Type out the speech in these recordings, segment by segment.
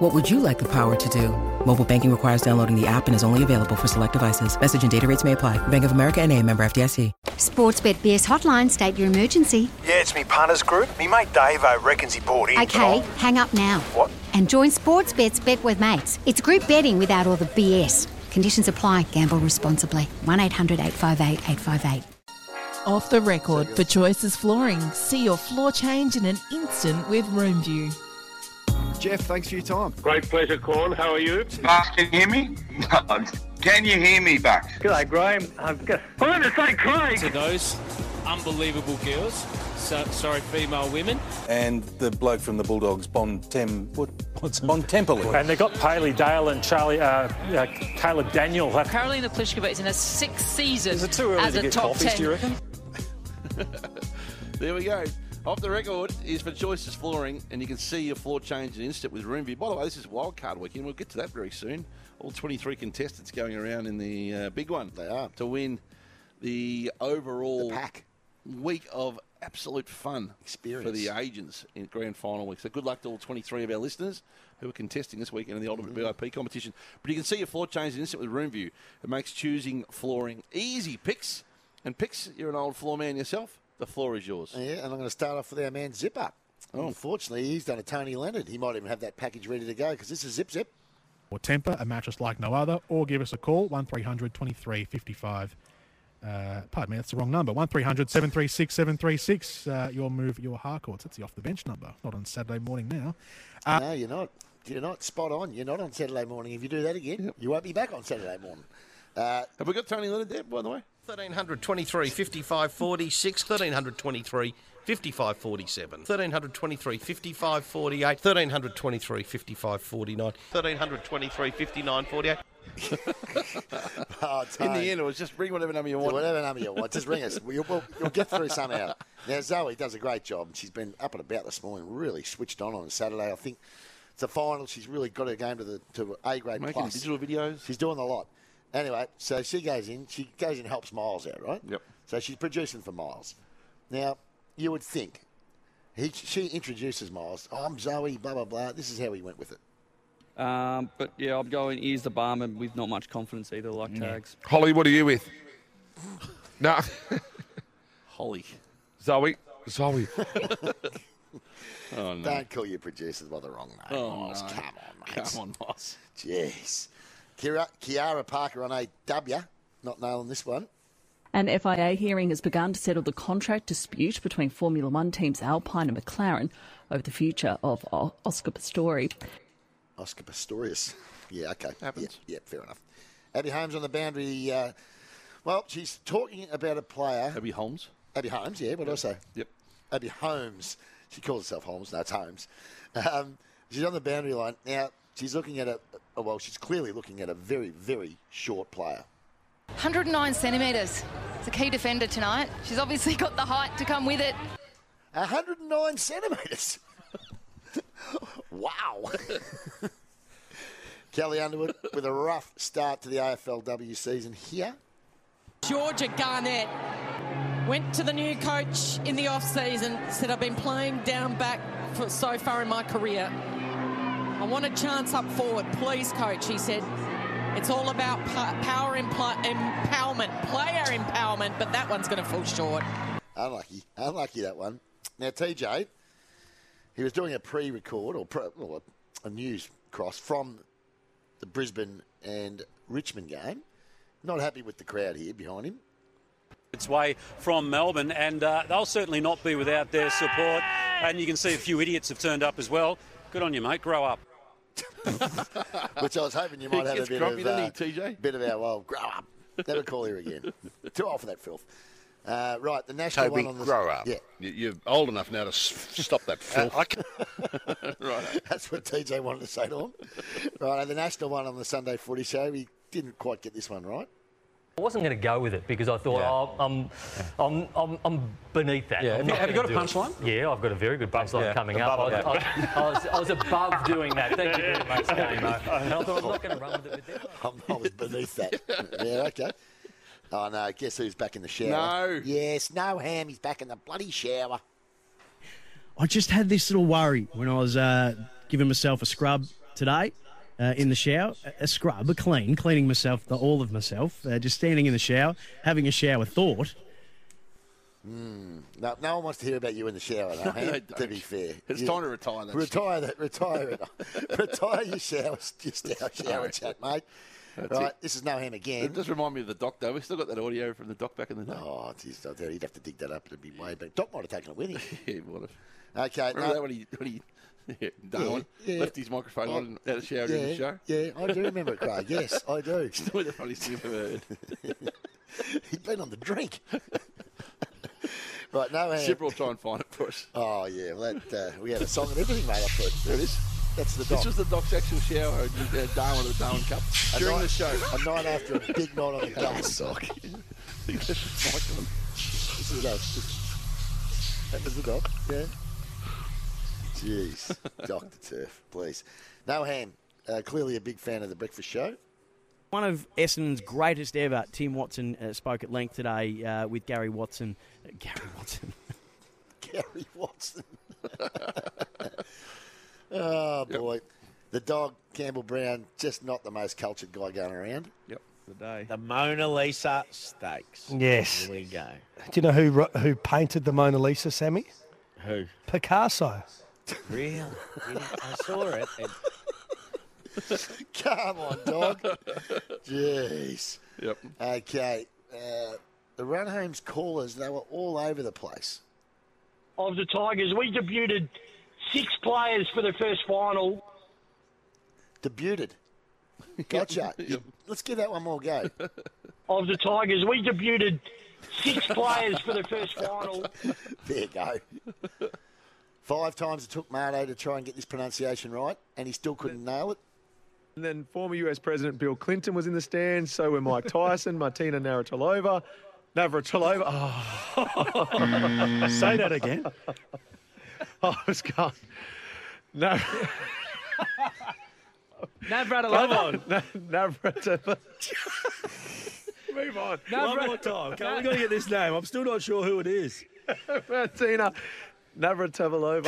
What would you like the power to do? Mobile banking requires downloading the app and is only available for select devices. Message and data rates may apply. Bank of America and a member FDIC. Sportsbet BS hotline, state your emergency. Yeah, it's me partners group. Me mate Davo reckons he bought in. Okay, Tom. hang up now. What? And join Sportsbet's Bet with Mates. It's group betting without all the BS. Conditions apply. Gamble responsibly. 1800 858 858. Off the record for Choices Flooring. See your floor change in an instant with RoomView. Jeff, thanks for your time. Great pleasure, Corn. How are you? Buck, can you hear me? No. Can you hear me, Buck? G'day, Graham. I'm going to say Craig. to those unbelievable girls. So, sorry, female women. and the bloke from the Bulldogs, Bon Tem, what, Bon And they got Paley Dale and Charlie, uh, uh, Caleb Daniel. Carolina Pliskova is in her sixth season Is it too early as to a get top coffees, ten. do you reckon? There we go. Off the record is for Choices Flooring, and you can see your floor change in instant with Roomview. By the way, this is wildcard weekend. We'll get to that very soon. All 23 contestants going around in the uh, big one. They are to win the overall pack. week of absolute fun experience for the agents in grand final week. So good luck to all 23 of our listeners who are contesting this weekend in the Ultimate Mm-hmm. VIP competition. But you can see your floor change in instant with Roomview. It makes choosing flooring easy. Picks and picks. You're an old floor man yourself. The floor is yours. Yeah, and I'm going to start off with our man Zipper. Oh. Unfortunately, he's done a Tony Leonard. He might even have that package ready to go because this is Zip Zip. or temper a mattress like no other, or give us a call, 1300 23 55. Uh, pardon me, that's the wrong number. 1300 736 736. Uh, your move, your Harcourts. That's the off the bench number. Not on Saturday morning now. no, you're not. You're not spot on. You're not on Saturday morning. If you do that again, you won't be back on Saturday morning. Uh, Have we got Tony Leonard there, by the way? 1323 55 46 1323 55 47 1323 55 48 1323 55 49 1323 59 48 In the end, it was just ring whatever number you want. Oh, Whatever number you want, just ring us. We'll, we'll, you'll get through somehow. Now, Zoe does a great job. She's been up and about this morning, really switched on on a Saturday. I think it's the final. She's really got her game to the to A grade Making plus. digital videos. She's doing a lot. Anyway, so she goes in. She goes and helps Miles out, right? Yep. So she's producing for Miles. Now, you would think he, she introduces Miles. Oh, I'm Zoe. Blah blah blah. This is how he went with it. Um, but yeah, I'm going ears the barman with not much confidence either, like tags. Holly, what are you with? no. Holly. Zoe. Zoe. oh, Don't call your producers by the wrong name. Oh, Miles. no. Come on, mate. Come on, Moss. Jeez. Kira, Kiara Parker on AW. Not nailing this one. An FIA hearing has begun to settle the contract dispute between Formula One teams Alpine and McLaren over the future of O- Oscar Pistori. Oscar Pistorius. Yeah, okay. Happens. Yeah, yeah, fair enough. Abby Holmes on the boundary. Uh, well, she's talking about a player. Abby Holmes? Abby Holmes, yeah, what did I say? Yep. Abby Holmes. She calls herself Holmes. No, it's Holmes. Um, she's on the boundary line. Now, she's looking at a, oh, well, she's clearly looking at a very, very short player. 109 centimetres. It's a key defender tonight. She's obviously got the height to come with it. 109 centimetres. wow. Kelly Underwood with a rough start to the AFLW season here. Georgia Garnett went to the new coach in the off-season, said, I've been playing down back for so far in my career. I want a chance up forward. Please, coach, he said. It's all about pa- power impl- empowerment, player empowerment, but that one's going to fall short. Unlucky, unlucky that one. Now TJ, he was doing a pre-record or pre, well, a a news cross from the Brisbane and Richmond game. Not happy with the crowd here behind him. its way from Melbourne, and uh, they'll certainly not be without their support. And you can see a few idiots have turned up as well. Good on you, mate. Grow up. Which I was hoping you He might have a gets bit grumpy, of doesn't TJ? bit of our old grow up. Never call her again. Too old for that filth. Uh, right, the national Toby, one on the grow up. Yeah, You- You're old enough now to s- stop Uh, that filth. right. That's what TJ wanted to say to him. Right, and the national one on the Sunday Footy Show. He didn't quite get this one right. I wasn't going to go with it because I thought, Yeah. oh, I'm, I'm, I'm, I'm beneath that. Yeah. I'm Have not you- have you gonna got a do it. Yeah, I've got a very good punchline Yeah, coming up. above I, it, I- I was, I was above doing that. Thank you very much, Damo. I I thought I'm not going to run with it. I'm, I was beneath that. yeah, okay. Oh no! Guess who's back in the shower? No. Yes, no ham. He's back in the bloody shower. I just had this little worry when I was uh, giving myself a scrub today uh, in the shower. A- A scrub, a clean, cleaning myself, the all of myself, uh, just standing in the shower, having a shower thought. Mm. No, no one wants to hear about you in the shower, though, No, Ham, they to be fair. It's You- time to retire that Retire that. Retire it. retire your shower, just our shower Sorry. chat, mate. That's right, it. this is no ham It again. does remind me of the doc, though. We still got that audio from the doc back in the day. Oh, geez, I he'd have to dig that up. It'd be way back. Doc might have taken it with him. yeah, he would have. Okay, Remember no- that when he, when he yeah, Darwin yeah. left his microphone Oh, on and had a shower during the show? Yeah, I do remember it, Craig. Yes, I do. Still the funniest thing I've ever heard. He'd been on the drink. right, no ham. Shipper will try and find it for us. Oh, yeah. Well, that, uh, we had a song and everything made up for it. There it is. That's the This doc. was the doc's actual shower at uh, Darwin at the Darwin Cup A during night- the show. A night after a big night on the glass. Doc. This is us. That was the doc, yeah. Jeez, Dr. Turf, please. No ham. Uh, clearly a big fan of the breakfast show. One of Essendon's greatest ever, Tim Watson, uh, spoke at length today uh, with Gary Watson. Uh, Gary Watson. Gary Watson. oh, boy. The dog, Campbell Brown, just not the most cultured guy going around. Yep. The day. The Mona Lisa steaks. Yes. Here we go. Do you know who wro- who painted the Mona Lisa, Sammy? Who? Picasso. Really? I saw it. and- Come on, dog. Jeez. Yep. Okay. Uh, the run home's callers, they were all over the place. of the Tigers. We debuted six players for the first final. Debuted. Gotcha. Let's give that one more go. Of the Tigers, we debuted six players for the first final. There you go. Five times it took Mardo to try and get this pronunciation right, and he still couldn't nail it. And then former US President Bill Clinton was in the stand, so were Mike Tyson, Martina Navratilova. Navratilova. Oh. Mm. Say that again. I was going. No. Navratilova. Navratilova. Move on. Navrat- Nav- to get this name. I'm still not sure who it is. Martina Navratilova.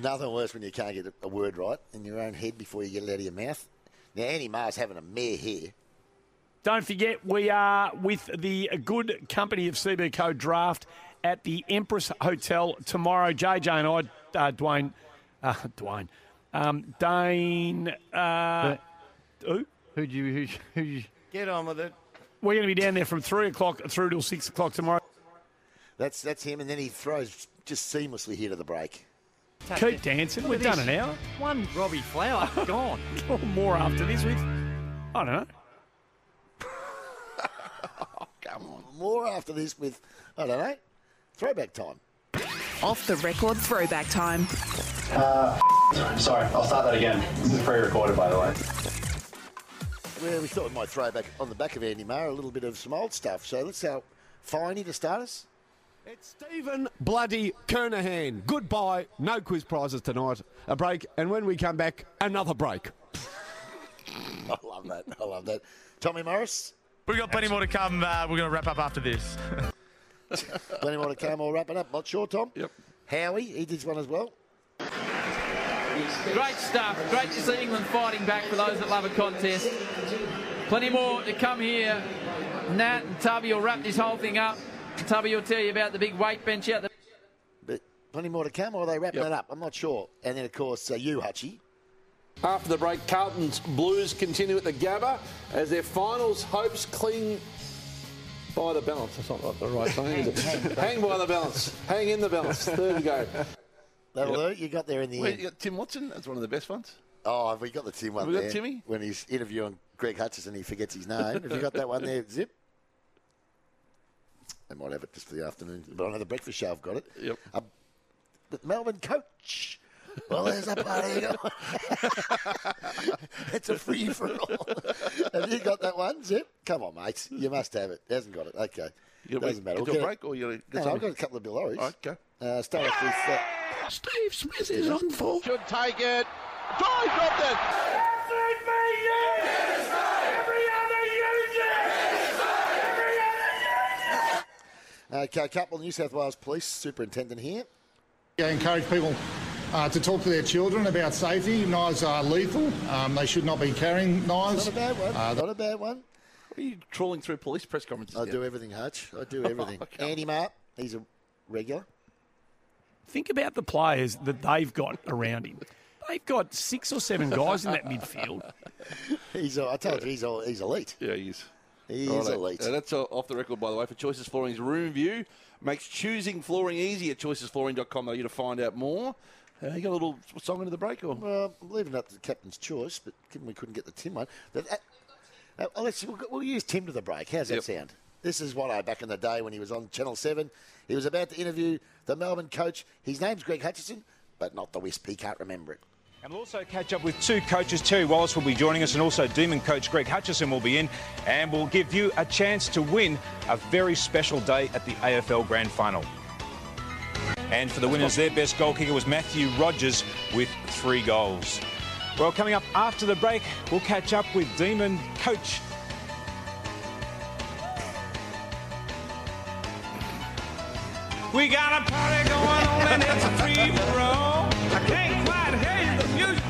Nothing worse when you can't get a word right in your own head before you get it out of your mouth. Now, Annie Ma's having a mare here. Don't forget, we are with the good company of CBCO Draft at the Empress Hotel tomorrow. JJ and I, uh, Dwayne, uh, Dwayne, um, Dane, uh, who? Who do you, who, who Get on with it. We're going to be down there from three o'clock through till six o'clock tomorrow. That's that's him, and then he throws just seamlessly here to the break. Keep dancing. We've done an hour. One Robbie Flower gone. More after this with, I don't know. Come on. More after this with, I don't know, throwback time. Off the record throwback time. Uh, sorry, I'll start that again. This is pre-recorded, by the way. Well, we thought we might throw back on the back of Andy Maher a little bit of some old stuff. So let's have Finey to start us. It's Stephen Bloody Kernahan. Goodbye. No quiz prizes tonight. A break, and when we come back, another break. I love that. I love that. Tommy Morris. We've got plenty more to come. Uh, we're going to wrap up after this. Plenty more to come. All wrapping up. Not sure, Tom. Yep. Howie, he did one as well. Great stuff. Great to see England fighting back for those that love a contest. Plenty more to come here. Nat and Tubby will wrap this whole thing up. Tubby will tell you about the big weight bench out the. But plenty more to come, or are they wrapping it up? I'm not sure. And then, of course, uh, you, Hutchie. After the break, Carlton's Blues continue at the Gabba as their finals hopes cling by the balance. That's not the right thing, is it? Hang by the balance. Hang in the balance. There we go. That'll do. You got there in the Wait, end. you got Tim Watson? That's one of the best ones. Oh, have we got the Tim one Have we got there? Timmy? When he's interviewing Greg Hutchison, he forgets his name. have you got that one there, Zip? They might have it just for the afternoon. But I know the breakfast show, I've got it. Yep. Um, the Melbourne coach Well, there's a party. going. it's a free for all. have you got that one, Zip? Come on, mate. You must have it. He hasn't got it. Okay. You It gonna doesn't make- matter. We'll you do get a it- break or you- No, no, I've got a couple of Bill Orries. Okay. Uh, start off with. Uh, Steve Smith is on for. Should take it. Try, dropped it. Okay, a couple of Uh, New South Wales Police Superintendent here. I encourage people uh, to talk to their children about safety. Knives are lethal. Um, they should not be carrying knives. Not a bad one. Uh, Not a bad one. Are you trawling through police press conferences? I now? do everything, Hutch. I Oh, do everything. Andy Mark, he's a regular. Think about the players that they've got around him. They've got six or seven guys in that midfield. He's, uh, I told you, he's, uh, he's elite. Yeah, he is. He Righto. is elite. Uh, that's uh, off the record, by the way, for Choices Flooring's room view. Makes choosing flooring easy at choicesflooring.com.au to find out more. Uh, you got a little song into the break, or? Well, I'm leaving that to the captain's choice, but given we couldn't get the Tim one, but that, uh, uh, let's we'll, we'll use Tim to the break. How's that Yep. sound? This is what I back in the day when he was on Channel Seven. He was about to interview the Melbourne coach. His name's Greg Hutchison, but not the Wisp. He can't remember it. And we'll also catch up with two coaches. Terry Wallace will be joining us, and also Demon coach Greg Hutchison will be in, and we'll give you a chance to win a very special day at the AFL Grand Final. And for the winners, their best goal kicker was Matthew Rogers with three goals. Well, coming up after the break, we'll catch up with Demon coach We got a party going on and it's a free for all. I can't quite hear the music